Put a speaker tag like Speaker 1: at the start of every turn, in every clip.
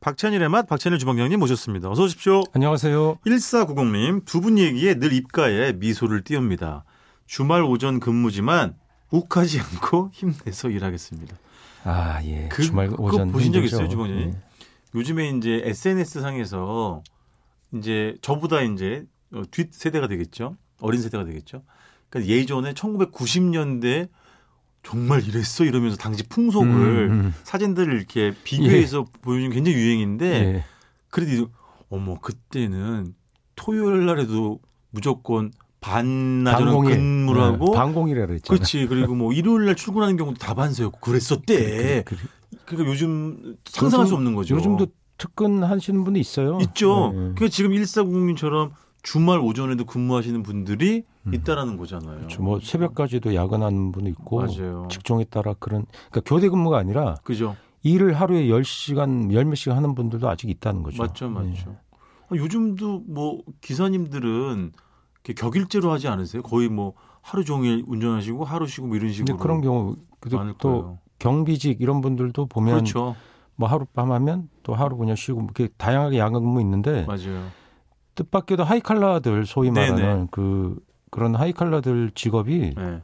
Speaker 1: 박찬일의 맛 박찬일 주방장님 모셨습니다. 어서 오십시오.
Speaker 2: 안녕하세요.
Speaker 1: 1490님 두 분 얘기에 늘 입가에 미소를 띄웁니다. 주말 오전 근무지만 욱하지 않고 힘내서 일하겠습니다.
Speaker 2: 아, 예.
Speaker 1: 그-
Speaker 2: 주말
Speaker 1: 그거
Speaker 2: 오전
Speaker 1: 보신 적
Speaker 2: 힘들죠.
Speaker 1: 있어요, 주방장님?
Speaker 2: 예.
Speaker 1: 요즘에 이제 SNS 상에서 이제 저보다 이제 어, 뒷 세대가 되겠죠. 어린 세대가 되겠죠. 그러니까 예전에 1990년대 정말 이랬어 이러면서 당시 풍속을
Speaker 2: 음, 음.
Speaker 1: 사진들을 이렇게 비교해서 보여주는 게 굉장히 유행인데
Speaker 2: 예.
Speaker 1: 그래도 이제 어머 그때는 토요일 날에도 무조건 반나절은
Speaker 2: 방공일.
Speaker 1: 근무를
Speaker 2: 예,
Speaker 1: 하고
Speaker 2: 방공이라 그랬죠.
Speaker 1: 그렇지 그리고 뭐 일요일 날 출근하는 경우도 다 반세였고
Speaker 2: 예.
Speaker 1: 그랬었대. 그러니까 요즘 상상할 수 없는 거죠.
Speaker 2: 요즘도 특근 하시는 분이 있어요.
Speaker 1: 있죠.
Speaker 2: 예, 예.
Speaker 1: 그러니까 지금 일사국민처럼 주말 오전에도 근무하시는 분들이 있다라는 거잖아요.
Speaker 2: 음. 그렇죠. 뭐 새벽까지도 야근하는 분도 있고
Speaker 1: 맞아요.
Speaker 2: 직종에 따라 그런 그러니까 교대 근무가 아니라
Speaker 1: 그죠.
Speaker 2: 일을 하루에 10시간, 10몇 시간 하는 분들도 아직 있다는 거죠.
Speaker 1: 맞죠,
Speaker 2: 예.
Speaker 1: 맞죠. 아, 요즘도 뭐 기사님들은 이렇게 격일제로 하지 않으세요? 거의 뭐 하루 종일 운전하시고 하루 쉬고 뭐 이런
Speaker 2: 근데
Speaker 1: 식으로
Speaker 2: 그런 경우
Speaker 1: 많을
Speaker 2: 그리고 또
Speaker 1: 거예요.
Speaker 2: 경비직 이런 분들도 보면
Speaker 1: 그렇죠.
Speaker 2: 뭐 하룻밤 하면 또 하루 그냥 쉬고 뭐 이렇게 다양하게 야근 근무 있는데
Speaker 1: 맞아요.
Speaker 2: 뜻밖에도 하이칼라들 소위
Speaker 1: 네네.
Speaker 2: 말하는 그 그런 하이칼라들 직업이
Speaker 1: 예.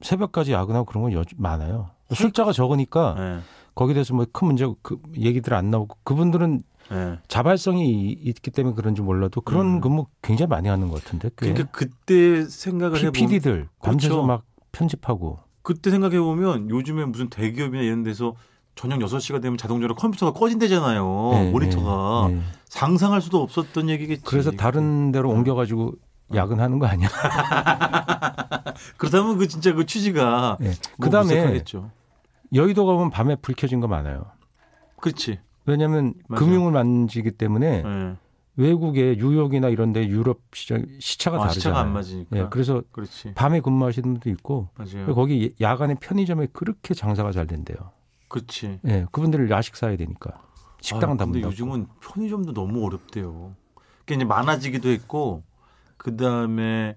Speaker 2: 새벽까지 야근하고 그런 건 여, 많아요. 숫자가 적으니까
Speaker 1: 예.
Speaker 2: 거기에 대해서 뭐 큰 문제 그 얘기들 안 나오고 그분들은
Speaker 1: 예.
Speaker 2: 자발성이 이- 있기 때문에 그런지 몰라도 그런
Speaker 1: 음.
Speaker 2: 근무 굉장히 많이 하는 것 같은데. 꽤.
Speaker 1: 그러니까 그때 생각을 해 보면
Speaker 2: PPD들 밤새서
Speaker 1: 그렇죠.
Speaker 2: 막 편집하고
Speaker 1: 그때 생각해 보면 요즘에 무슨 대기업이나 이런 데서 저녁 6시가 되면 자동적으로 컴퓨터가 꺼진대잖아요.
Speaker 2: 예,
Speaker 1: 어, 모니터가.
Speaker 2: 예, 예.
Speaker 1: 상상할 수도 없었던 얘기겠지.
Speaker 2: 그래서 다른
Speaker 1: 어.
Speaker 2: 데로 옮겨가지고 야근하는 거 아니야?
Speaker 1: 그렇다면 그 진짜 그 취지가
Speaker 2: 예.
Speaker 1: 뭐
Speaker 2: 그다음에
Speaker 1: 무색하겠죠.
Speaker 2: 여의도 가면 밤에 불 켜진 거 많아요.
Speaker 1: 그렇지.
Speaker 2: 왜냐하면
Speaker 1: 맞아요.
Speaker 2: 금융을 만지기 때문에
Speaker 1: 예.
Speaker 2: 외국의 뉴욕이나 이런데 유럽 시장 시차가
Speaker 1: 아,
Speaker 2: 다르잖아요.
Speaker 1: 시차가 안 맞으니까. 예.
Speaker 2: 예, 그래서
Speaker 1: 그렇지.
Speaker 2: 밤에 근무하시는 분도 있고
Speaker 1: 맞아요.
Speaker 2: 거기 야간에 편의점에 그렇게 장사가 잘 된대요.
Speaker 1: 그렇지.
Speaker 2: 예, 그분들을 야식 사야 되니까 식당은
Speaker 1: 아,
Speaker 2: 다
Speaker 1: 근데
Speaker 2: 문닫고.
Speaker 1: 요즘은 편의점도 너무 어렵대요. 그게 이제 많아지기도 했고 그다음에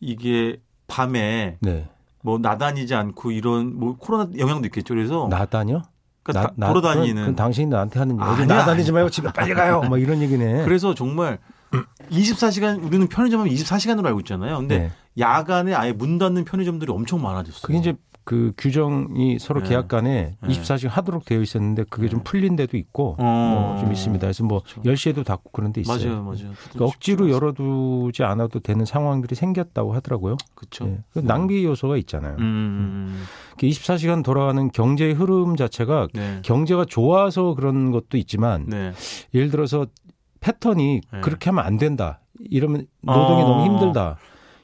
Speaker 1: 이게 밤에
Speaker 2: 네,
Speaker 1: 뭐 나다니지 않고 이런 뭐 코로나 영향도 있겠죠. 그래서
Speaker 2: 나다녀?
Speaker 1: 어. 그러니까 다
Speaker 2: 나- 그건,
Speaker 1: 돌아다니는
Speaker 2: 그건 당신이 나한테 하는 얘기.
Speaker 1: 아니야,
Speaker 2: 나다니지 말고 집에 빨리 가요. 막 이런 얘기네.
Speaker 1: 그래서 정말 24시간 우리는 편의점 하면 24시간으로 알고 있잖아요. 근데
Speaker 2: 네.
Speaker 1: 야간에 아예 문 닫는 편의점들이 엄청 많아졌어요.
Speaker 2: 그게 이제 그 규정이 서로
Speaker 1: 네.
Speaker 2: 계약 간에
Speaker 1: 네.
Speaker 2: 24시간 하도록 되어 있었는데 그게 좀 풀린 데도 있고
Speaker 1: 예. 어.
Speaker 2: 뭐 좀 있습니다. 그래서 뭐
Speaker 1: 그렇죠.
Speaker 2: 10시에도 닫고 그런 데 있어요.
Speaker 1: 맞아요, 맞아요.
Speaker 2: 그러니까 억지로 열어두지 않아도 되는 상황들이 생겼다고 하더라고요.
Speaker 1: 그렇죠.
Speaker 2: 예. 그 낭비 요소가 있잖아요.
Speaker 1: 음, 음, 음.
Speaker 2: 이렇게 24시간 돌아가는 경제의 흐름 자체가
Speaker 1: 네,
Speaker 2: 경제가 좋아서 그런 것도 있지만
Speaker 1: 네.
Speaker 2: 예를 들어서 패턴이
Speaker 1: 네.
Speaker 2: 그렇게 하면 안 된다. 이러면 노동이
Speaker 1: 어.
Speaker 2: 너무 힘들다.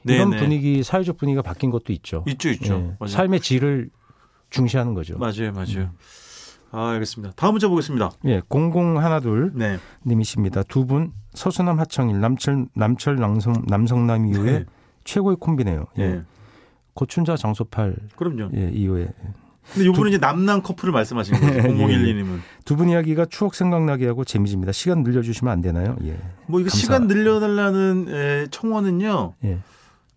Speaker 1: 네,
Speaker 2: 이런
Speaker 1: 네.
Speaker 2: 분위기 사회적 분위기가 바뀐 것도 있죠.
Speaker 1: 있죠, 있죠.
Speaker 2: 예.
Speaker 1: 맞아요.
Speaker 2: 삶의 질을 중시하는 거죠.
Speaker 1: 맞아요, 맞아요. 아, 알겠습니다. 다음 문제 보겠습니다.
Speaker 2: 예, 00 하나 둘
Speaker 1: 네,
Speaker 2: 님이십니다. 두 분 서수남 하청일 남철 남철 남성 남성남 이후에
Speaker 1: 네.
Speaker 2: 최고의 콤비네요. 예.
Speaker 1: 예.
Speaker 2: 고춘자 장소팔
Speaker 1: 그럼요.
Speaker 2: 예, 이후에
Speaker 1: 근데 요분은 이제 남남 커플을 말씀하시는
Speaker 2: 예,
Speaker 1: 거죠. 0012님은.
Speaker 2: 두 분 이야기가 추억 생각나게 하고 재미집니다. 시간 늘려주시면 안 되나요? 예,
Speaker 1: 뭐 이거
Speaker 2: 감사.
Speaker 1: 시간 늘려달라는 에, 청원은요.
Speaker 2: 예,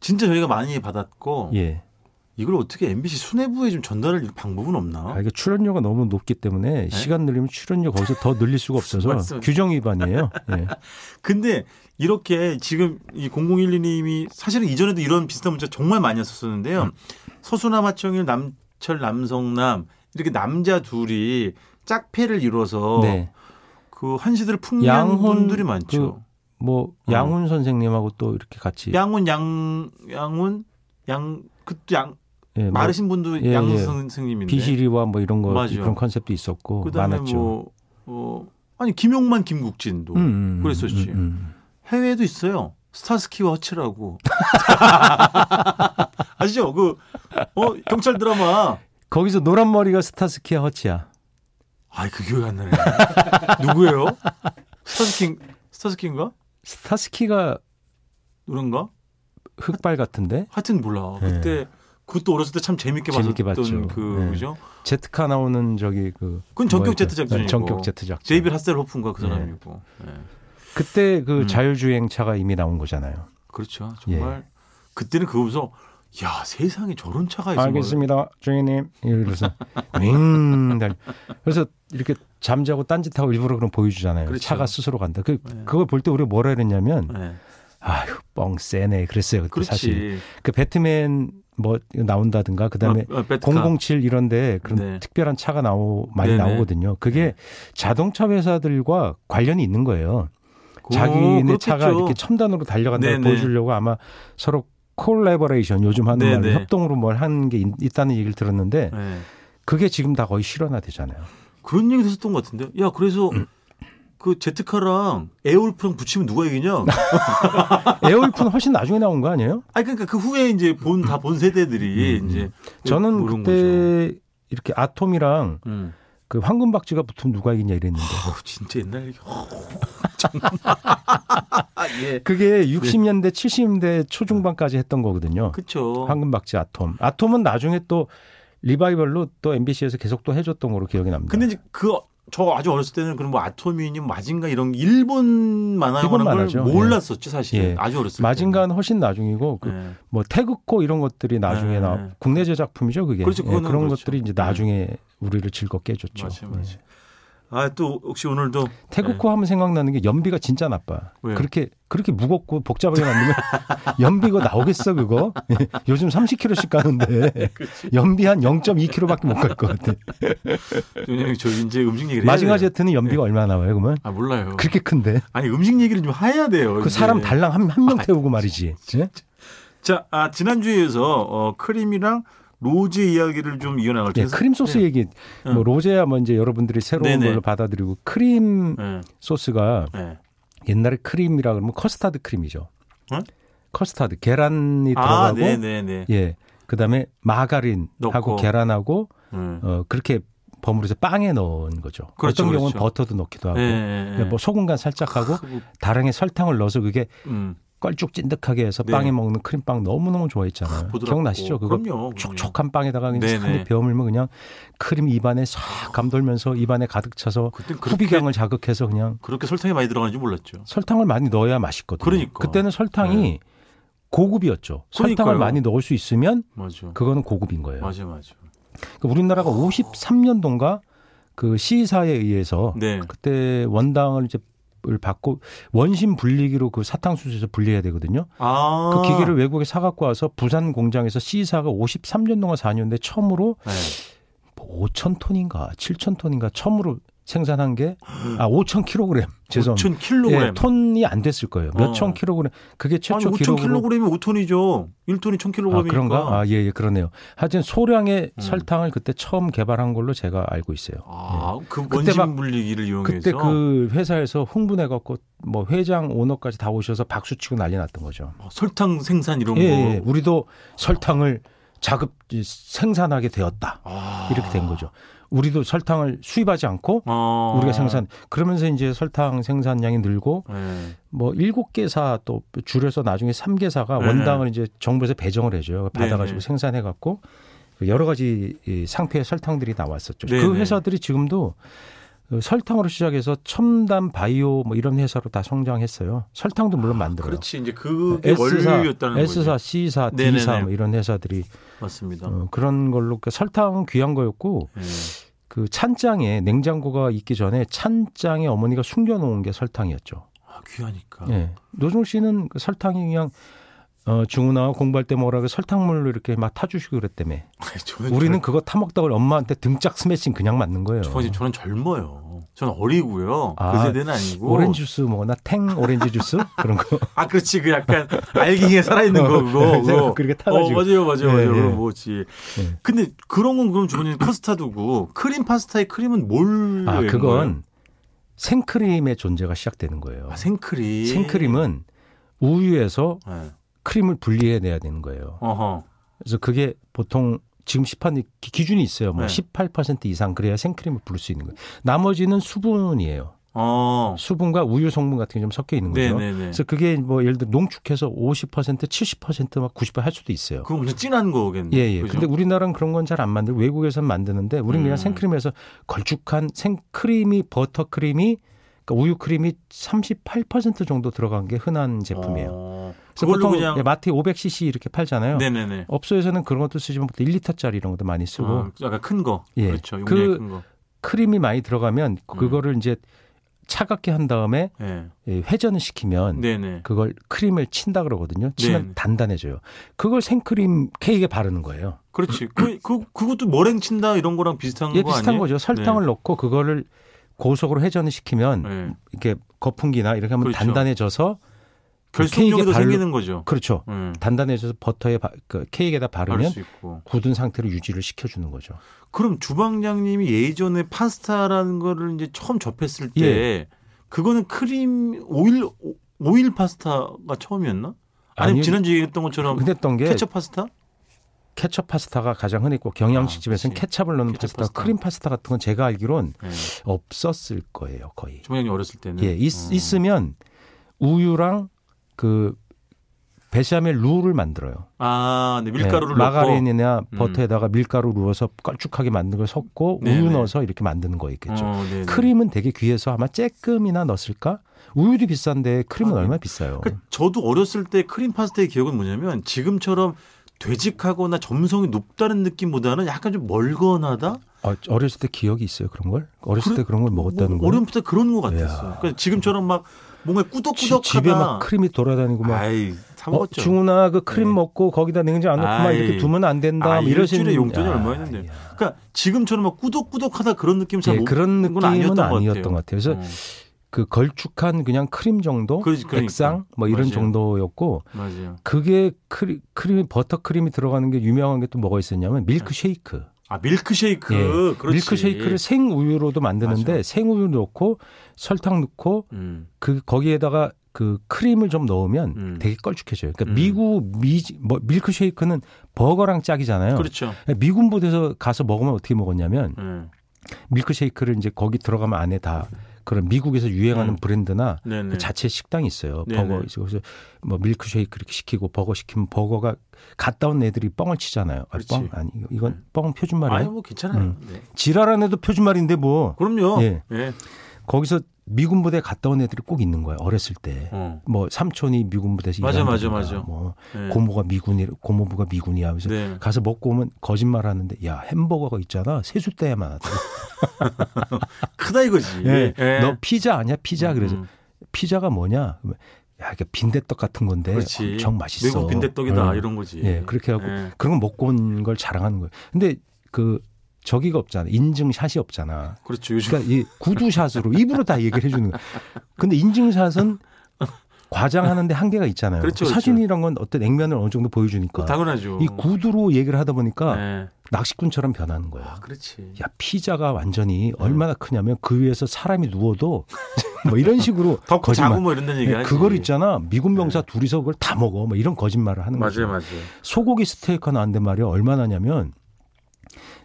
Speaker 1: 진짜 저희가 많이 받았고
Speaker 2: 예.
Speaker 1: 이걸 어떻게 MBC 수뇌부에 좀 전달할 방법은 없나?
Speaker 2: 아, 이게 출연료가 너무 높기 때문에
Speaker 1: 네.
Speaker 2: 시간 늘리면 출연료 거기서 더 늘릴 수가 없어서
Speaker 1: 맞습니다.
Speaker 2: 규정 위반이에요. 예.
Speaker 1: 근데 이렇게 지금 이 0012님이 사실은 이전에도 이런 비슷한 문자 정말 많이 왔었는데요.
Speaker 2: 음.
Speaker 1: 서수남 하청일 남철 남성남 이렇게 남자 둘이 짝패를 이뤄서
Speaker 2: 네.
Speaker 1: 그 한시들을 풍미한
Speaker 2: 양혼
Speaker 1: 분들이 많죠.
Speaker 2: 뭐
Speaker 1: 어.
Speaker 2: 양훈 선생님하고 또 이렇게 같이
Speaker 1: 양혼 양 양혼 양 그때 양
Speaker 2: 예, 뭐
Speaker 1: 마르신 분도
Speaker 2: 예,
Speaker 1: 양
Speaker 2: 예.
Speaker 1: 선생님인데
Speaker 2: 비시리와 뭐 이런 거
Speaker 1: 맞아요.
Speaker 2: 그런 컨셉도 있었고
Speaker 1: 그다음에
Speaker 2: 많았죠.
Speaker 1: 뭐 어, 아니 김용만 김국진도
Speaker 2: 음, 음, 음,
Speaker 1: 그랬었지.
Speaker 2: 음, 음.
Speaker 1: 해외에도 있어요. 스타스키와 허츠라고. 아시죠? 그, 어, 경찰 드라마.
Speaker 2: 거기서 노란 머리가 스타스키야 허치야.
Speaker 1: 아이, 그 기억이 안 나네. 누구예요? 스타스킹, 스타스킹인가?
Speaker 2: 스타스키가
Speaker 1: 노랜가?
Speaker 2: 흑발 같은데
Speaker 1: 하여튼 몰라.
Speaker 2: 네.
Speaker 1: 그때, 그것도 어렸을 때 참 재밌게,
Speaker 2: 재밌게
Speaker 1: 봤었던
Speaker 2: 봤죠.
Speaker 1: 그,
Speaker 2: 네.
Speaker 1: 그죠?
Speaker 2: 제트카 나오는 저기 그
Speaker 1: 그건 전격
Speaker 2: 뭐야, 그-
Speaker 1: 제트 작전이고.
Speaker 2: 전격 제트 작전.
Speaker 1: 제이빌 하셀호프인가 그
Speaker 2: 네.
Speaker 1: 사람이고. 네.
Speaker 2: 그때 그
Speaker 1: 음.
Speaker 2: 자율주행차가 이미 나온 거잖아요.
Speaker 1: 그렇죠.
Speaker 2: 예.
Speaker 1: 정말. 그때는 그거 보면서, 야, 세상에 저런 차가 아, 있어.
Speaker 2: 알겠습니다, 주인님. 이러면서 윙. 달- 그래서 이렇게 잠자고 딴짓하고 일부러 그럼 보여주잖아요.
Speaker 1: 그렇죠.
Speaker 2: 차가 스스로 간다. 그
Speaker 1: 네.
Speaker 2: 그걸 볼 때 우리가 뭐라 그랬냐면
Speaker 1: 네.
Speaker 2: 아휴 뻥 세네 그랬어요. 그때
Speaker 1: 그렇지.
Speaker 2: 사실 그 배트맨 뭐 나온다든가 그다음에
Speaker 1: 어, 어, 배트카.
Speaker 2: 007 이런데 그런
Speaker 1: 네.
Speaker 2: 특별한 차가 나오 많이
Speaker 1: 네네.
Speaker 2: 나오거든요. 그게 자동차 회사들과 관련이 있는 거예요.
Speaker 1: 오,
Speaker 2: 자기네 차가
Speaker 1: 어, 그렇겠죠.
Speaker 2: 이렇게 첨단으로 달려간다고
Speaker 1: 네네.
Speaker 2: 보여주려고 아마 서로 콜라보레이션 요즘 하는 말로
Speaker 1: 네네.
Speaker 2: 협동으로 뭘 하는 게 있- 있다는 얘기를 들었는데
Speaker 1: 네.
Speaker 2: 그게 지금 다 거의 실현화 되잖아요.
Speaker 1: 그런 얘기도 했었던 것 같은데. 야, 그래서 그 제트카랑 에어울프랑 붙이면 누가 이기냐?
Speaker 2: 에어울프는 훨씬 나중에 나온 거 아니에요?
Speaker 1: 아니 그러니까 그 후에 이제 본 다 본 세대들이
Speaker 2: 음, 음.
Speaker 1: 이제
Speaker 2: 저는
Speaker 1: 그 모르는 거죠.
Speaker 2: 그때 이렇게 아톰이랑
Speaker 1: 음.
Speaker 2: 그 황금박쥐가 붙으면 누가 이기냐 이랬는데
Speaker 1: 아우 진짜 옛날 얘기. 아우, 정말. 예.
Speaker 2: 그게 60년대 70년대 초중반까지 했던 거거든요.
Speaker 1: 그렇죠.
Speaker 2: 황금박쥐 아톰. 아톰은 나중에 또 리바이벌로 또 MBC에서 계속 또 해줬던 거로 기억이 납니다.
Speaker 1: 근데 이제 그 저 아주 어렸을 때는 그런 뭐 아토미니 마징가 이런 일본
Speaker 2: 일본
Speaker 1: 만화라는 걸
Speaker 2: 만화죠.
Speaker 1: 몰랐었죠 사실
Speaker 2: 예.
Speaker 1: 아주 어렸을 때
Speaker 2: 마징가는 훨씬 나중이고 그
Speaker 1: 예.
Speaker 2: 뭐 태극고 이런 것들이
Speaker 1: 네.
Speaker 2: 나중에 나 국내 제작품이죠 그게
Speaker 1: 그렇죠,
Speaker 2: 예,
Speaker 1: 그거는
Speaker 2: 그런
Speaker 1: 그렇죠.
Speaker 2: 것들이 이제 나중에 우리를 즐겁게 해줬죠.
Speaker 1: 맞아요
Speaker 2: 예.
Speaker 1: 맞아요 아또 혹시 오늘도
Speaker 2: 태극고 하면 생각나는 게 연비가 진짜 나빠.
Speaker 1: 왜요?
Speaker 2: 그렇게 그렇게 무겁고 복잡하게 만들면 연비가 나오겠어 그거? 예. 요즘
Speaker 1: 네,
Speaker 2: 30km씩 가는데 연비 한 0.2km밖에 못 갈 것 같아.
Speaker 1: 왜냐면 저 이제 음식 얘기를 해야
Speaker 2: 마징가
Speaker 1: 돼요.
Speaker 2: 제트는 연비가 얼마 나 나와요 그러면?
Speaker 1: 아 몰라요
Speaker 2: 그렇게 큰데
Speaker 1: 아니 음식 얘기를 좀 해야 돼요
Speaker 2: 그
Speaker 1: 이제.
Speaker 2: 사람 달랑 한 한
Speaker 1: 아,
Speaker 2: 명 태우고 말이지. 예?
Speaker 1: 자, 아, 지난주에 이어서 어, 크림이랑 로즈 이야기를 좀 이어나갈
Speaker 2: 예,
Speaker 1: 텐데.
Speaker 2: 크림 소스 얘기 뭐 로제야 뭐 이제 여러분들이 새로운
Speaker 1: 네. 네네.
Speaker 2: 걸로 받아들이고 크림
Speaker 1: 예,
Speaker 2: 소스가
Speaker 1: 예.
Speaker 2: 옛날에 크림이라 그러면 커스타드 크림이죠.
Speaker 1: 응?
Speaker 2: 커스타드 계란이
Speaker 1: 아,
Speaker 2: 들어가고
Speaker 1: 네, 네, 네.
Speaker 2: 예. 그다음에 마가린하고
Speaker 1: 넣고.
Speaker 2: 계란하고
Speaker 1: 음.
Speaker 2: 어 그렇게 버무려서 빵에 넣은 거죠.
Speaker 1: 그렇죠,
Speaker 2: 어떤 경우는
Speaker 1: 그렇죠.
Speaker 2: 버터도 넣기도 하고
Speaker 1: 예, 예, 예.
Speaker 2: 뭐 소금간 살짝 하고
Speaker 1: 크고,
Speaker 2: 다량의 설탕을 넣어서 그게
Speaker 1: 음,
Speaker 2: 껄쭉 찐득하게 해서
Speaker 1: 네.
Speaker 2: 빵에 먹는 크림빵 너무너무 좋아했잖아요.
Speaker 1: 부드럽고.
Speaker 2: 기억나시죠? 그거
Speaker 1: 그럼요. 그럼요.
Speaker 2: 촉촉한 빵에다가 그냥
Speaker 1: 네네.
Speaker 2: 한입 베어물면 그냥 크림 입안에 싹 감돌면서 입안에 가득 차서
Speaker 1: 그때 그렇게
Speaker 2: 후비경을 자극해서 그냥
Speaker 1: 그렇게 설탕이 많이 들어가는 줄 몰랐죠.
Speaker 2: 설탕을 많이 넣어야 맛있거든요.
Speaker 1: 그러니까.
Speaker 2: 때는 설탕이 고급이었죠. 설탕을
Speaker 1: 그러니까요.
Speaker 2: 많이 넣을 수 있으면
Speaker 1: 맞아.
Speaker 2: 그거는 고급인 거예요.
Speaker 1: 맞아, 맞아.
Speaker 2: 그 우리나라가 53년도인가 그 시사에 의해서
Speaker 1: 네.
Speaker 2: 그때 원당을 이제 을 받고 원심 분리기로 그 사탕수수에서 분리해야 되거든요.
Speaker 1: 아.
Speaker 2: 그 기계를 외국에 사갖고 와서 부산 공장에서 C사가 53년 동안 4년인데 처음으로
Speaker 1: 네.
Speaker 2: 5천 톤인가 7천 톤인가 처음으로 생산한 게 아 5천 킬로그램 죄송합니다.
Speaker 1: 5천 킬로그램.
Speaker 2: 예, 톤이 안 됐을 거예요.
Speaker 1: 어.
Speaker 2: 몇천 킬로그램 그게
Speaker 1: 아니,
Speaker 2: 최초
Speaker 1: 5천
Speaker 2: 기록으로
Speaker 1: 킬로그램이 5톤이죠. 1톤이 1천
Speaker 2: 아
Speaker 1: 킬로그램이니까.
Speaker 2: 그런가? 아예예 그러네요. 하여튼 소량의
Speaker 1: 음.
Speaker 2: 설탕을 그때 처음 개발한 걸로 제가 알고 있어요.
Speaker 1: 아, 그
Speaker 2: 그때
Speaker 1: 원심
Speaker 2: 막-
Speaker 1: 분리기를 이용해서.
Speaker 2: 그때 그 회사에서 흥분해갖고 뭐 회장 오너까지 다 오셔서 박수치고 난리 났던 거죠.
Speaker 1: 어, 설탕 생산 이런
Speaker 2: 예,
Speaker 1: 거.
Speaker 2: 예, 우리도 설탕을 자급 생산하게 되었다
Speaker 1: 아.
Speaker 2: 이렇게 된 거죠. 우리도 설탕을 수입하지 않고
Speaker 1: 아.
Speaker 2: 우리가 생산 그러면서 이제 설탕 생산량이 늘고
Speaker 1: 예.
Speaker 2: 뭐 일곱 개사 또 줄여서 나중에 삼 개사가
Speaker 1: 네.
Speaker 2: 원당을 이제 정부에서 배정을 해줘요. 받아가지고
Speaker 1: 네, 네.
Speaker 2: 생산해갖고 그 여러 가지 이 상표의 설탕들이 나왔었죠.
Speaker 1: 네,
Speaker 2: 그
Speaker 1: 네.
Speaker 2: 회사들이 지금도 어, 설탕으로 시작해서 첨단 바이오 뭐 이런 회사로 다 성장했어요. 설탕도 물론 만들어요.
Speaker 1: 아, 그렇지 이제 그게
Speaker 2: 네, S사,
Speaker 1: 원료였다는 거죠.
Speaker 2: S사, C사,
Speaker 1: 네, 네,
Speaker 2: D사
Speaker 1: 네.
Speaker 2: 뭐 이런 회사들이
Speaker 1: 맞습니다.
Speaker 2: 어, 그런 걸로 그러니까 설탕은 귀한 거였고
Speaker 1: 예.
Speaker 2: 그 찬장에 냉장고가 있기 전에 찬장에 어머니가 숨겨놓은 게 설탕이었죠.
Speaker 1: 아, 귀하니까.
Speaker 2: 예. 노종 씨는 그 설탕이 그냥 어, 중우나 공부할 때 뭐라 그 설탕물로 이렇게 막 타주시고 그랬다며.
Speaker 1: 아니, 네, 저는
Speaker 2: 우리는 그거 타먹다가 엄마한테 등짝 스매싱 그냥 맞는 거예요.
Speaker 1: 저, 저, 저는 젊어요. 저는 어리고요.
Speaker 2: 아,
Speaker 1: 그 세대는 아니고.
Speaker 2: 오렌지 주스 먹나 탱 오렌지 주스 그런 거.
Speaker 1: 아 그렇지 그 약간 알갱이에 살아있는 거
Speaker 2: 네.
Speaker 1: 그거. 그거.
Speaker 2: 그렇게
Speaker 1: 어
Speaker 2: 타가지고.
Speaker 1: 맞아요 맞아요
Speaker 2: 예,
Speaker 1: 맞아요
Speaker 2: 예.
Speaker 1: 그럼 뭐지
Speaker 2: 예.
Speaker 1: 근데 그런 건 그럼 주머니는 커스타드고 크림 파스타의 크림은 뭘
Speaker 2: 아
Speaker 1: 내는 거예요?
Speaker 2: 그건 생크림의 존재가 시작되는 거예요.
Speaker 1: 아, 생크림
Speaker 2: 생크림은 우유에서
Speaker 1: 예.
Speaker 2: 크림을 분리해내야 되는 거예요.
Speaker 1: 어허
Speaker 2: 그래서 그게 보통 지금 시판 기- 기준이 있어요.
Speaker 1: 네.
Speaker 2: 뭐 18% 이상 그래야 생크림을 부를 수 있는 거예요. 나머지는 수분이에요.
Speaker 1: 어
Speaker 2: 수분과 우유 성분 같은 게 좀 섞여 있는 거죠.
Speaker 1: 네네네
Speaker 2: 그래서 그게 뭐 예를 들어 농축해서 50% 70%막 90%할 수도 있어요.
Speaker 1: 그거 엄청 진한 거겠네
Speaker 2: 예, 예.
Speaker 1: 그죠?
Speaker 2: 근데 우리나라는 그런 건 잘 안 만들고 외국에선 만드는데 우리는
Speaker 1: 음.
Speaker 2: 그냥 생크림에서 걸쭉한 생크림이 버터크림이 그러니까 우유 크림이 38% 정도 들어간 게 흔한 제품이에요.
Speaker 1: 어,
Speaker 2: 그래서
Speaker 1: 그걸로
Speaker 2: 보통
Speaker 1: 그냥
Speaker 2: 예, 마트에 500cc 이렇게 팔잖아요.
Speaker 1: 네네네
Speaker 2: 업소에서는 그런 것도 쓰지만 보통 1리터짜리 이런 것도 많이 쓰고
Speaker 1: 어, 약간 큰 거.
Speaker 2: 예.
Speaker 1: 그렇죠. 용량이
Speaker 2: 그-
Speaker 1: 큰 거.
Speaker 2: 크림이 많이
Speaker 1: 음.
Speaker 2: 들어가면 그거를 이제 차갑게 한 다음에
Speaker 1: 네.
Speaker 2: 예, 회전을 시키면
Speaker 1: 네네.
Speaker 2: 그걸 크림을 친다 그러거든요. 치면
Speaker 1: 네.
Speaker 2: 단단해져요. 그걸 생크림 케이크에 바르는 거예요.
Speaker 1: 그렇지. 그, 그, 그것도 머랭 친다 이런 거랑 비슷한
Speaker 2: 예,
Speaker 1: 거
Speaker 2: 비슷한
Speaker 1: 아니에요?
Speaker 2: 거죠. 설탕을 넣고 그거를 고속으로 회전을 시키면
Speaker 1: 네.
Speaker 2: 이렇게 거품기나 이렇게 하면
Speaker 1: 그렇죠.
Speaker 2: 단단해져서
Speaker 1: 결속력이 더
Speaker 2: 발로-
Speaker 1: 생기는 거죠.
Speaker 2: 그렇죠.
Speaker 1: 네.
Speaker 2: 단단해져서 버터에 바- 그 케이크에다
Speaker 1: 바를
Speaker 2: 바르면
Speaker 1: 수 있고.
Speaker 2: 굳은 상태로 유지를 시켜주는 거죠.
Speaker 1: 그럼 주방장님이 예전에 파스타라는 거를 이제 처음 접했을 때
Speaker 2: 예.
Speaker 1: 그거는 크림 오일 오- 오일 파스타가 처음이었나? 아니면
Speaker 2: 아니요.
Speaker 1: 지난주에 얘기했던 것처럼
Speaker 2: 근데 했던 게
Speaker 1: 케첩 파스타?
Speaker 2: 케첩 파스타가 가장 흔했고 경양식
Speaker 1: 아,
Speaker 2: 집에서는
Speaker 1: 그치.
Speaker 2: 케첩을 넣는
Speaker 1: 케첩
Speaker 2: 파스타,
Speaker 1: 파스타.
Speaker 2: 크림 파스타 같은 건 제가 알기론
Speaker 1: 네.
Speaker 2: 없었을 거예요, 거의.
Speaker 1: 주방장님 어렸을 때는
Speaker 2: 예, 있,
Speaker 1: 어.
Speaker 2: 으면 우유랑 그 베샤멜 루를 만들어요.
Speaker 1: 아, 네, 밀가루를 넣고
Speaker 2: 예, 마가린이나
Speaker 1: 음.
Speaker 2: 버터에다가 밀가루 넣어서 걸쭉하게 만든 걸 섞고
Speaker 1: 네,
Speaker 2: 우유
Speaker 1: 네.
Speaker 2: 넣어서 이렇게 만드는 거였겠죠.
Speaker 1: 어, 네, 네.
Speaker 2: 크림은 되게 귀해서 아마 쬐끔이나 넣었을까? 우유도 비싼데 크림은
Speaker 1: 아, 네.
Speaker 2: 얼마 나 비싸요?
Speaker 1: 그 저도 어렸을 때 크림 파스타의 기억은 뭐냐면 지금처럼 되직하거나 점성이 높다는 느낌보다는 약간 좀 멀건하다?
Speaker 2: 어, 어렸을 때 기억이 있어요 그런 걸? 어렸을
Speaker 1: 그래- 뭐
Speaker 2: 때 그런 걸 먹었다는 거.
Speaker 1: 어렴풋이 그런 것 같았어.
Speaker 2: 이야.
Speaker 1: 그러니까 지금처럼 막 뭔가 꾸덕꾸덕하다.
Speaker 2: 집에 막 크림이 돌아다니고 막
Speaker 1: 아이, 사
Speaker 2: 어,
Speaker 1: 먹었죠.
Speaker 2: 중훈아 그 크림
Speaker 1: 네.
Speaker 2: 먹고 거기다 냉장 안 넣고 막
Speaker 1: 아이.
Speaker 2: 이렇게 두면 안 된다.
Speaker 1: 아,
Speaker 2: 뭐 이러시는
Speaker 1: 일주일에 용돈이
Speaker 2: 야,
Speaker 1: 얼마였는데.
Speaker 2: 야.
Speaker 1: 그러니까 지금처럼 막 꾸덕꾸덕하다 뭐 그런 느낌 잘
Speaker 2: 예,
Speaker 1: 못.
Speaker 2: 그런
Speaker 1: 건
Speaker 2: 느낌은
Speaker 1: 아니었던
Speaker 2: 아니었던,
Speaker 1: 것 같아요. 네.
Speaker 2: 것 같아요. 그래서 그 걸쭉한 그냥 크림 정도,
Speaker 1: 그러지, 그러니까.
Speaker 2: 액상 뭐 이런
Speaker 1: 맞아요.
Speaker 2: 정도였고
Speaker 1: 맞아요.
Speaker 2: 그게 크리, 크림이 버터 크림이 들어가는 게 유명한 게 또 뭐가 있었냐면 밀크 쉐이크.
Speaker 1: 아 밀크쉐이크.
Speaker 2: 예,
Speaker 1: 그렇지.
Speaker 2: 밀크 쉐이크를 생 우유로도 만드는데
Speaker 1: 맞아요.
Speaker 2: 생 우유 넣고 설탕 넣고
Speaker 1: 음.
Speaker 2: 그 거기에다가 그 크림을 좀 넣으면
Speaker 1: 음.
Speaker 2: 되게 걸쭉해져요.
Speaker 1: 음.
Speaker 2: 그러니까 미국 미 뭐, 밀크 쉐이크는 버거랑 짝이잖아요.
Speaker 1: 그렇죠.
Speaker 2: 미군 부대에서 가서 먹으면 어떻게 먹었냐면
Speaker 1: 음.
Speaker 2: 밀크 쉐이크를 이제 거기 들어가면 안에 다 그런 미국에서 유행하는
Speaker 1: 음.
Speaker 2: 브랜드나
Speaker 1: 네네.
Speaker 2: 그 자체 식당이 있어요.
Speaker 1: 네네.
Speaker 2: 버거 그래서 뭐 밀크 쉐이크 이렇게 시키고 버거 시키면 버거가 갔다 온 애들이 뻥을 치잖아요. 아,
Speaker 1: 그렇지. 네.
Speaker 2: 뻥 아니 이거- 이건 뻥
Speaker 1: 아니
Speaker 2: 표준말이에요.
Speaker 1: 뭐 괜찮아요.
Speaker 2: 음.
Speaker 1: 네.
Speaker 2: 지랄한 애도 표준말인데 뭐
Speaker 1: 그럼요. 예.
Speaker 2: 예. 거기서 미군 부대 갔다 온 애들이 꼭 있는 거예요. 어렸을 때.
Speaker 1: 어.
Speaker 2: 뭐 삼촌이 미군 부대에서
Speaker 1: 맞아,
Speaker 2: 일한다든가
Speaker 1: 맞아, 맞아.
Speaker 2: 뭐
Speaker 1: 예.
Speaker 2: 고모가 미군이 고모부가 미군이야. 그래서
Speaker 1: 네.
Speaker 2: 가서 먹고 오면 거짓말 하는데 야 햄버거가 있잖아 세숫대에만 하다.
Speaker 1: 크다 이거지.
Speaker 2: 예.
Speaker 1: 예.
Speaker 2: 너 피자 아니야 피자 그래서
Speaker 1: 음.
Speaker 2: 피자가 뭐냐? 그러면 야 이게 빈대떡 같은 건데
Speaker 1: 그렇지.
Speaker 2: 예. 아, 엄청 맛있어.
Speaker 1: 외국 빈대떡이다
Speaker 2: 응.
Speaker 1: 이런 거지.
Speaker 2: 예 그렇게 하고
Speaker 1: 예.
Speaker 2: 그런 거 먹고 온 걸 자랑하는 거예요. 근데 그 저기가 없잖아 인증샷이 없잖아.
Speaker 1: 그렇죠. 요즘
Speaker 2: 그러니까 이 구두샷으로 입으로 다 얘기를 해주는 거예요. 근데 인증샷은 과장하는데 한계가 있잖아요.
Speaker 1: 그렇죠, 그렇죠.
Speaker 2: 사진이란 건 어떤 액면을 어느 정도 보여주니까
Speaker 1: 그 당연하죠.
Speaker 2: 이 구두로 얘기를 하다 보니까
Speaker 1: 예.
Speaker 2: 낚시꾼처럼 변하는 거예요.
Speaker 1: 아, 네. 그렇지.
Speaker 2: 야 피자가 완전히 얼마나 크냐면 그 위에서 사람이 누워도 뭐 이런 식으로
Speaker 1: 덮고 자고
Speaker 2: 거짓말.
Speaker 1: 뭐 이런다는
Speaker 2: 네,
Speaker 1: 얘기 하지. 네.
Speaker 2: 그걸 있잖아 미군 병사 둘이서 그걸 다 먹어 뭐 이런 거짓말을 하는 거죠.
Speaker 1: 맞아요, 맞아요.
Speaker 2: 소고기 스테이크 나왔는데 말이야 얼마나냐면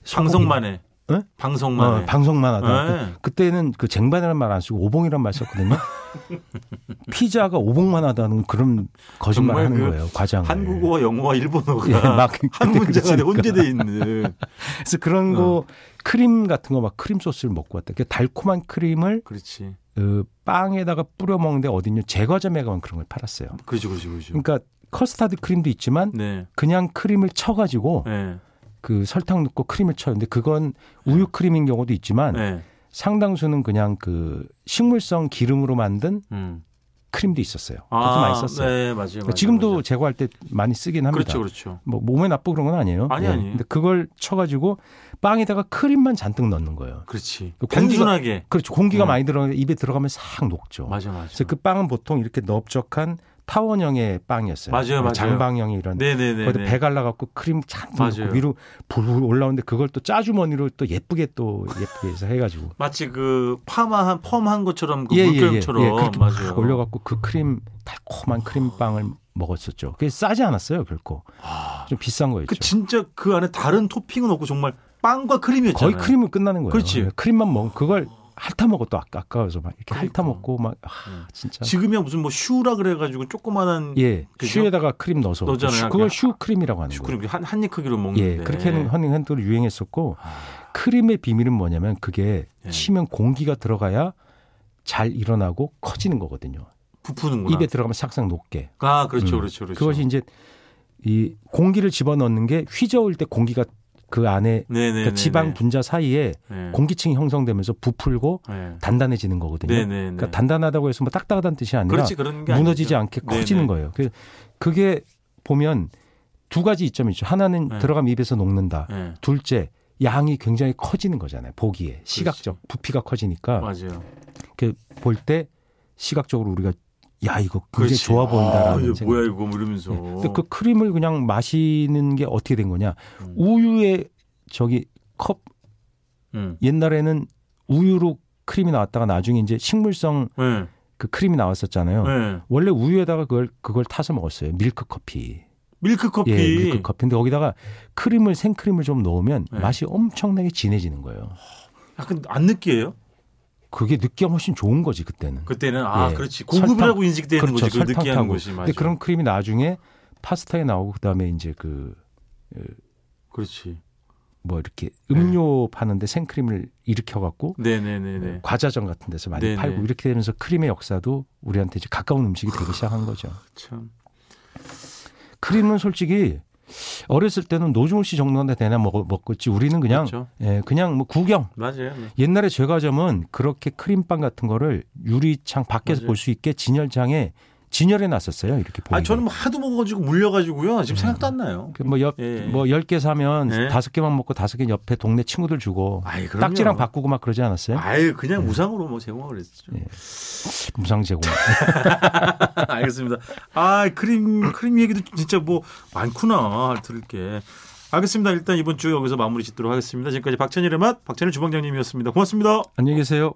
Speaker 1: 방송만 해.
Speaker 2: 예?
Speaker 1: 방송만 해.
Speaker 2: 방송만 하다.
Speaker 1: 예.
Speaker 2: 그- 그때는 그 쟁반이라는 말 안 쓰고 오봉이라는 말 썼거든요. 피자가 오봉만 하다는 그런 거짓말
Speaker 1: 정말
Speaker 2: 하는
Speaker 1: 그
Speaker 2: 거예요. 과장.
Speaker 1: 한국어와 영어와 일본어가
Speaker 2: 아, 네. 예, 막
Speaker 1: 한 어. 문장
Speaker 2: 그때
Speaker 1: 안에
Speaker 2: 그랬으니까.
Speaker 1: 혼재돼 있는.
Speaker 2: 그래서 그런 거 크림 같은 거 막 크림 소스를 먹고 왔다. 그 달콤한 크림을
Speaker 1: 그렇지.
Speaker 2: 그 빵에다가 뿌려 먹는데 어딨냐 제과점에 가면 그런 걸 팔았어요.
Speaker 1: 그렇죠, 그렇죠, 그렇죠.
Speaker 2: 그러니까 커스타드 크림도 있지만
Speaker 1: 네.
Speaker 2: 그냥 크림을 쳐가지고
Speaker 1: 네.
Speaker 2: 그 설탕 넣고 크림을 쳐는데 그건 우유 크림인 경우도 있지만
Speaker 1: 네.
Speaker 2: 상당수는 그냥 그 식물성 기름으로 만든
Speaker 1: 음.
Speaker 2: 크림도 있었어요. 그것도 많이 썼어요. 그러니까
Speaker 1: 네, 맞아요. 맞아요
Speaker 2: 지금도
Speaker 1: 맞아요.
Speaker 2: 제거할 때 많이 쓰긴 합니다.
Speaker 1: 그렇죠, 그렇죠.
Speaker 2: 뭐 몸에 나쁘고 그런 건 아니에요.
Speaker 1: 아니,
Speaker 2: 예.
Speaker 1: 아니.
Speaker 2: 근데 그걸 쳐가지고 빵에다가 크림만 잔뜩 넣는 거예요.
Speaker 1: 그렇지.
Speaker 2: 그 공기가-
Speaker 1: 단순하게.
Speaker 2: 그렇죠. 공기가
Speaker 1: 음.
Speaker 2: 많이 들어가면 입에 들어가면 싹 녹죠.
Speaker 1: 맞아, 맞아.
Speaker 2: 그래서 그 빵은 보통 이렇게 넓적한 타원형의 빵이었어요. 뭐
Speaker 1: 맞아요, 맞아요.
Speaker 2: 장방형이 이런.
Speaker 1: 네, 네, 네.
Speaker 2: 거기다 배 갈라갖고 크림 잔뜩
Speaker 1: 맞아요.
Speaker 2: 넣고 위로 불 올라오는데 그걸 또 짜주머니로 또 예쁘게 또 예쁘게 해서 해가지고.
Speaker 1: 마치 그 파마한 펌한 것처럼 그
Speaker 2: 예, 예, 예.
Speaker 1: 물결처럼
Speaker 2: 예, 그렇게 막
Speaker 1: 맞아요.
Speaker 2: 올려갖고 그 크림 달콤한 크림빵을 먹었었죠. 그게 싸지 않았어요 결코.
Speaker 1: 아,
Speaker 2: 좀 비싼 거였죠.
Speaker 1: 그 진짜 그 안에 다른 토핑은 없고 정말 빵과 크림이었잖아요.
Speaker 2: 거의 크림은 끝나는 거예요.
Speaker 1: 그렇지.
Speaker 2: 예, 크림만 먹 그걸 핥아 먹어도 아까, 아까워서 막 이렇게
Speaker 1: 그러니까.
Speaker 2: 핥아 먹고 막 아,
Speaker 1: 음.
Speaker 2: 진짜
Speaker 1: 지금이야 무슨 뭐 슈라 그래가지고 조그만한
Speaker 2: 예
Speaker 1: 그죠?
Speaker 2: 슈에다가 크림 넣어서
Speaker 1: 넣잖아요.
Speaker 2: 슈- 그걸 슈 크림이라고 하는 거예요.
Speaker 1: 슈크림 한 한입 크기로
Speaker 2: 예
Speaker 1: 먹는데.
Speaker 2: 그렇게는 허닝핸드로 유행했었고
Speaker 1: 아,
Speaker 2: 크림의 비밀은 뭐냐면 그게
Speaker 1: 예.
Speaker 2: 치면 공기가 들어가야 잘 일어나고 커지는 거거든요.
Speaker 1: 부푸는구나.
Speaker 2: 입에 들어가면 싹싹 녹게.
Speaker 1: 아 그렇죠,
Speaker 2: 음.
Speaker 1: 그렇죠, 그렇죠.
Speaker 2: 그것이 이제 이 공기를 집어넣는 게 휘저을 때 공기가 그 안에
Speaker 1: 네네.
Speaker 2: 그러니까 지방 분자 사이에
Speaker 1: 네.
Speaker 2: 공기층이 형성되면서 부풀고
Speaker 1: 네.
Speaker 2: 단단해지는 거거든요.
Speaker 1: 네네네.
Speaker 2: 그러니까 단단하다고 해서 뭐 딱딱하다는 뜻이 아니라
Speaker 1: 그렇지 그런 게
Speaker 2: 무너지지
Speaker 1: 아니죠.
Speaker 2: 않게
Speaker 1: 네네.
Speaker 2: 커지는 거예요. 그- 그게 보면 두 가지 이점이 있죠. 하나는
Speaker 1: 네.
Speaker 2: 들어가면 입에서 녹는다.
Speaker 1: 네.
Speaker 2: 둘째, 양이 굉장히 커지는 거잖아요. 보기에 시각적 부피가 커지니까
Speaker 1: 맞아요.
Speaker 2: 볼 때 시각적으로 우리가 야 이거 굉장히
Speaker 1: 그렇지.
Speaker 2: 좋아
Speaker 1: 아,
Speaker 2: 보인다라는
Speaker 1: 이거
Speaker 2: 생각.
Speaker 1: 뭐야 이거 뭐 이러면서.
Speaker 2: 예. 근데 그 크림을 그냥 마시는 게 어떻게 된 거냐?
Speaker 1: 음.
Speaker 2: 우유에 저기 컵
Speaker 1: 음.
Speaker 2: 옛날에는 우유로 크림이 나왔다가 나중에 이제 식물성
Speaker 1: 네.
Speaker 2: 그 크림이 나왔었잖아요.
Speaker 1: 네.
Speaker 2: 원래 우유에다가 그걸 그걸 타서 먹었어요. 밀크 커피.
Speaker 1: 밀크 커피.
Speaker 2: 예, 밀크 커피인데 거기다가 크림을 생크림을 좀 넣으면
Speaker 1: 네. 맛이
Speaker 2: 맛이 엄청나게 진해지는 거예요.
Speaker 1: 약간 안 느끼해요?
Speaker 2: 그게 느끼함 훨씬 좋은 거지 그때는.
Speaker 1: 그때는 아
Speaker 2: 예.
Speaker 1: 그렇지 고급이라고 인식되는
Speaker 2: 그렇죠.
Speaker 1: 거지 그
Speaker 2: 설탕
Speaker 1: 느끼한
Speaker 2: 타고.
Speaker 1: 것이 맞아.
Speaker 2: 근데 그런 크림이 나중에 파스타에 나오고 그다음에 이제 그 뭐
Speaker 1: 그렇지.
Speaker 2: 이렇게 음료 파는데 생크림을 일으켜 갖고
Speaker 1: 네네네네.
Speaker 2: 과자점 같은 데서 많이
Speaker 1: 네,
Speaker 2: 팔고
Speaker 1: 네.
Speaker 2: 이렇게 되면서 크림의 역사도 우리한테 이제 가까운 음식이 되기 시작한 거죠.
Speaker 1: 참.
Speaker 2: 크림은 솔직히 어렸을 때는 노중훈 씨 정도한테 대나 먹, 먹었지 우리는 그냥
Speaker 1: 그렇죠.
Speaker 2: 예, 그냥 뭐 구경.
Speaker 1: 맞아요. 네.
Speaker 2: 옛날에 제과점은 그렇게 크림빵 같은 거를 유리창 밖에서
Speaker 1: 맞아요.
Speaker 2: 볼 수 있게 진열장에 진열해 놨었어요. 이렇게 보이게.
Speaker 1: 아 저는 뭐 하도 먹어가지고 물려가지고요.
Speaker 2: 음.
Speaker 1: 지금 생각도 안 나요.
Speaker 2: 그 뭐 옆,
Speaker 1: 예, 예.
Speaker 2: 뭐 10개 사면
Speaker 1: 예.
Speaker 2: 다섯 개만 먹고 다섯 개 옆에 동네 친구들 주고
Speaker 1: 아이 그럼
Speaker 2: 딱지랑 네. 바꾸고 막 그러지 않았어요?
Speaker 1: 아유 그냥 무상으로 뭐 제공을 했죠.
Speaker 2: 예. 무상 제공.
Speaker 1: 알겠습니다. 아 크림 크림 얘기도 진짜 뭐 많구나 들을게. 알겠습니다. 일단 이번 주 여기서 마무리 짓도록 하겠습니다. 지금까지 박찬일의 맛 박찬일 주방장님이었습니다. 고맙습니다.
Speaker 2: 안녕히 계세요.